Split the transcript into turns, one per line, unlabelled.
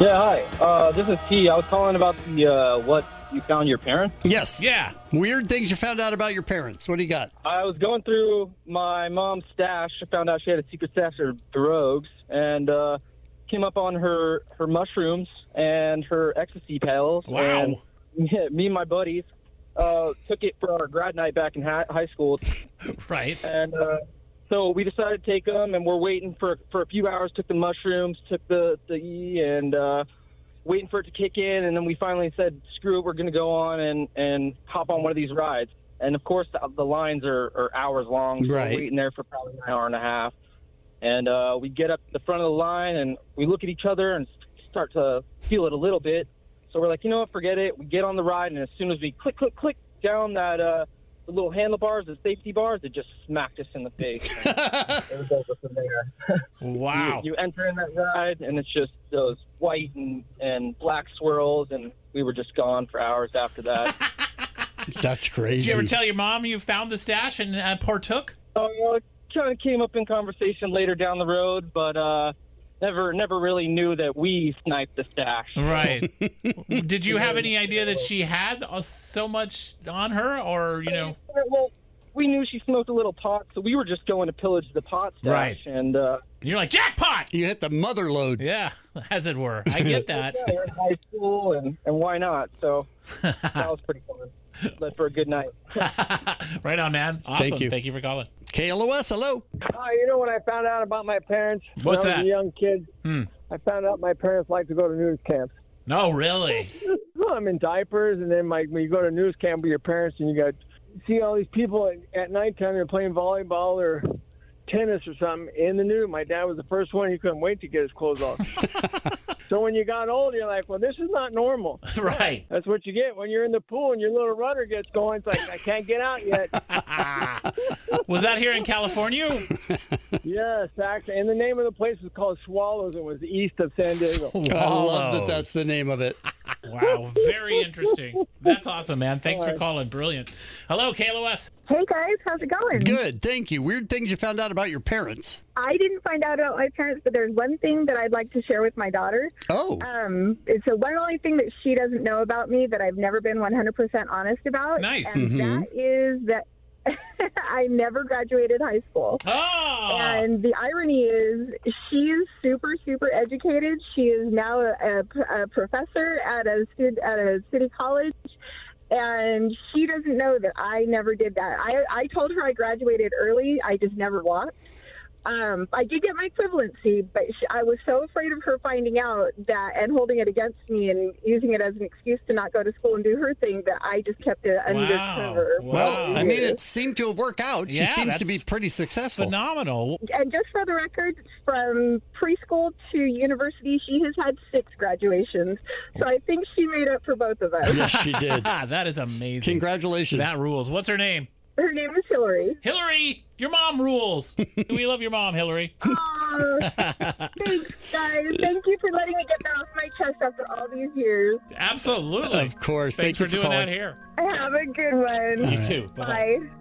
Yeah, hi. Uh, this is T. I was calling about the uh, what you found your parents.
Yes.
Yeah.
Weird things you found out about your parents. What do you got?
I was going through my mom's stash. I found out she had a secret stash of drugs, and uh, came up on her her mushrooms and her ecstasy pills. And
Wow.
yeah, me and my buddies uh, took it for our grad night back in hi- high school,
Right.
and uh, so we decided to take them. And we're waiting for for a few hours. Took the mushrooms, took the the E, and uh, waiting for it to kick in. And then we finally said, "Screw it, we're going to go on and and hop on one of these rides." And of course, the, the lines are, are hours long. So we're
Right.
waiting there for probably an hour and a half. And uh, we get up to the front of the line and we look at each other and start to feel it a little bit. So we're like, you know what, forget it. We get on the ride, and as soon as we click, click, click down that uh, the little handlebars, the safety bars, it just smacked us in the face. And it was over from there.
Wow.
You, you enter in that ride, and it's just those white and, and black swirls, and we were just gone for hours after that.
That's
Did
crazy.
you ever tell your mom you found the stash and uh, partook?
uh, kind of came up in conversation later down the road, but uh, never never really knew that we sniped the stash.
Right. Did you have any idea that she had uh, so much on her, or you know?
Well, we knew she smoked a little pot, so we were just going to pillage the pot stash,
Right.
and uh,
You're like jackpot.
You hit the mother load.
Yeah, as it were. I get that.
yeah, we're in high school, and, and why not? So that was pretty fun. But for a good night.
right on, man. Awesome.
Thank you.
Thank you for calling.
KLOS, hello.
Oh, you know when I found out about my parents
What's
when I was
that?
a young kid?
Hmm.
I found out my parents liked to go to news camps.
No, really.
Well, I'm in diapers, and then like when you go to news camp with your parents, and you got see all these people at, at nighttime. They're playing volleyball or tennis or something in the nude. My dad was the first one; he couldn't wait to get his clothes off. so when you got old, you're like, "Well, this is not normal."
right.
That's what you get when you're in the pool and your little rudder gets going. It's like I can't get out yet.
Was that here in California?
yes, actually, and the name of the place was called Swallows. It was east of San Diego.
I love that
Whoa.
that's the name of it.
Wow, very interesting. That's awesome, man. Thanks for calling. Brilliant. Hello, KLOS.
Hey guys, how's it going?
Good. Thank you. Weird things you found out about your parents.
I didn't find out about my parents, but there's one thing that I'd like to share with my daughter.
Oh.
Um, it's the one and only thing that she doesn't know about me that I've never been 100% honest about.
Nice.
And that is that I never graduated high school.
Oh,
And the irony is, she is super, super educated. She is now a, a, a professor at a stud, at a city college, and she doesn't know that I never did that. I I told her I graduated early. I just never walked. Um, I did get my equivalency, but she, I was so afraid of her finding out that and holding it against me and using it as an excuse to not go to school and do her thing that I just kept it under
Wow.
cover. for
Wow.
Well, I mean,
years.
it seemed to have worked out. She
Yeah,
seems to
that's
be pretty successful.
phenomenal.
and just for the record, from preschool to university, she has had six graduations. So I think she made up for both of us.
yes, she did.
Ah, that is amazing.
Congratulations.
That rules. What's her name?
Her name is Hillary.
Hillary. Your mom rules. we love your mom, Hillary.
Aw, thanks, guys. Thank you for letting me get that off my chest after all these years.
Absolutely.
of course.
Thanks
Thank you
for doing
calling.
that here.
Have a good one.
You too. Bye-bye.
Bye.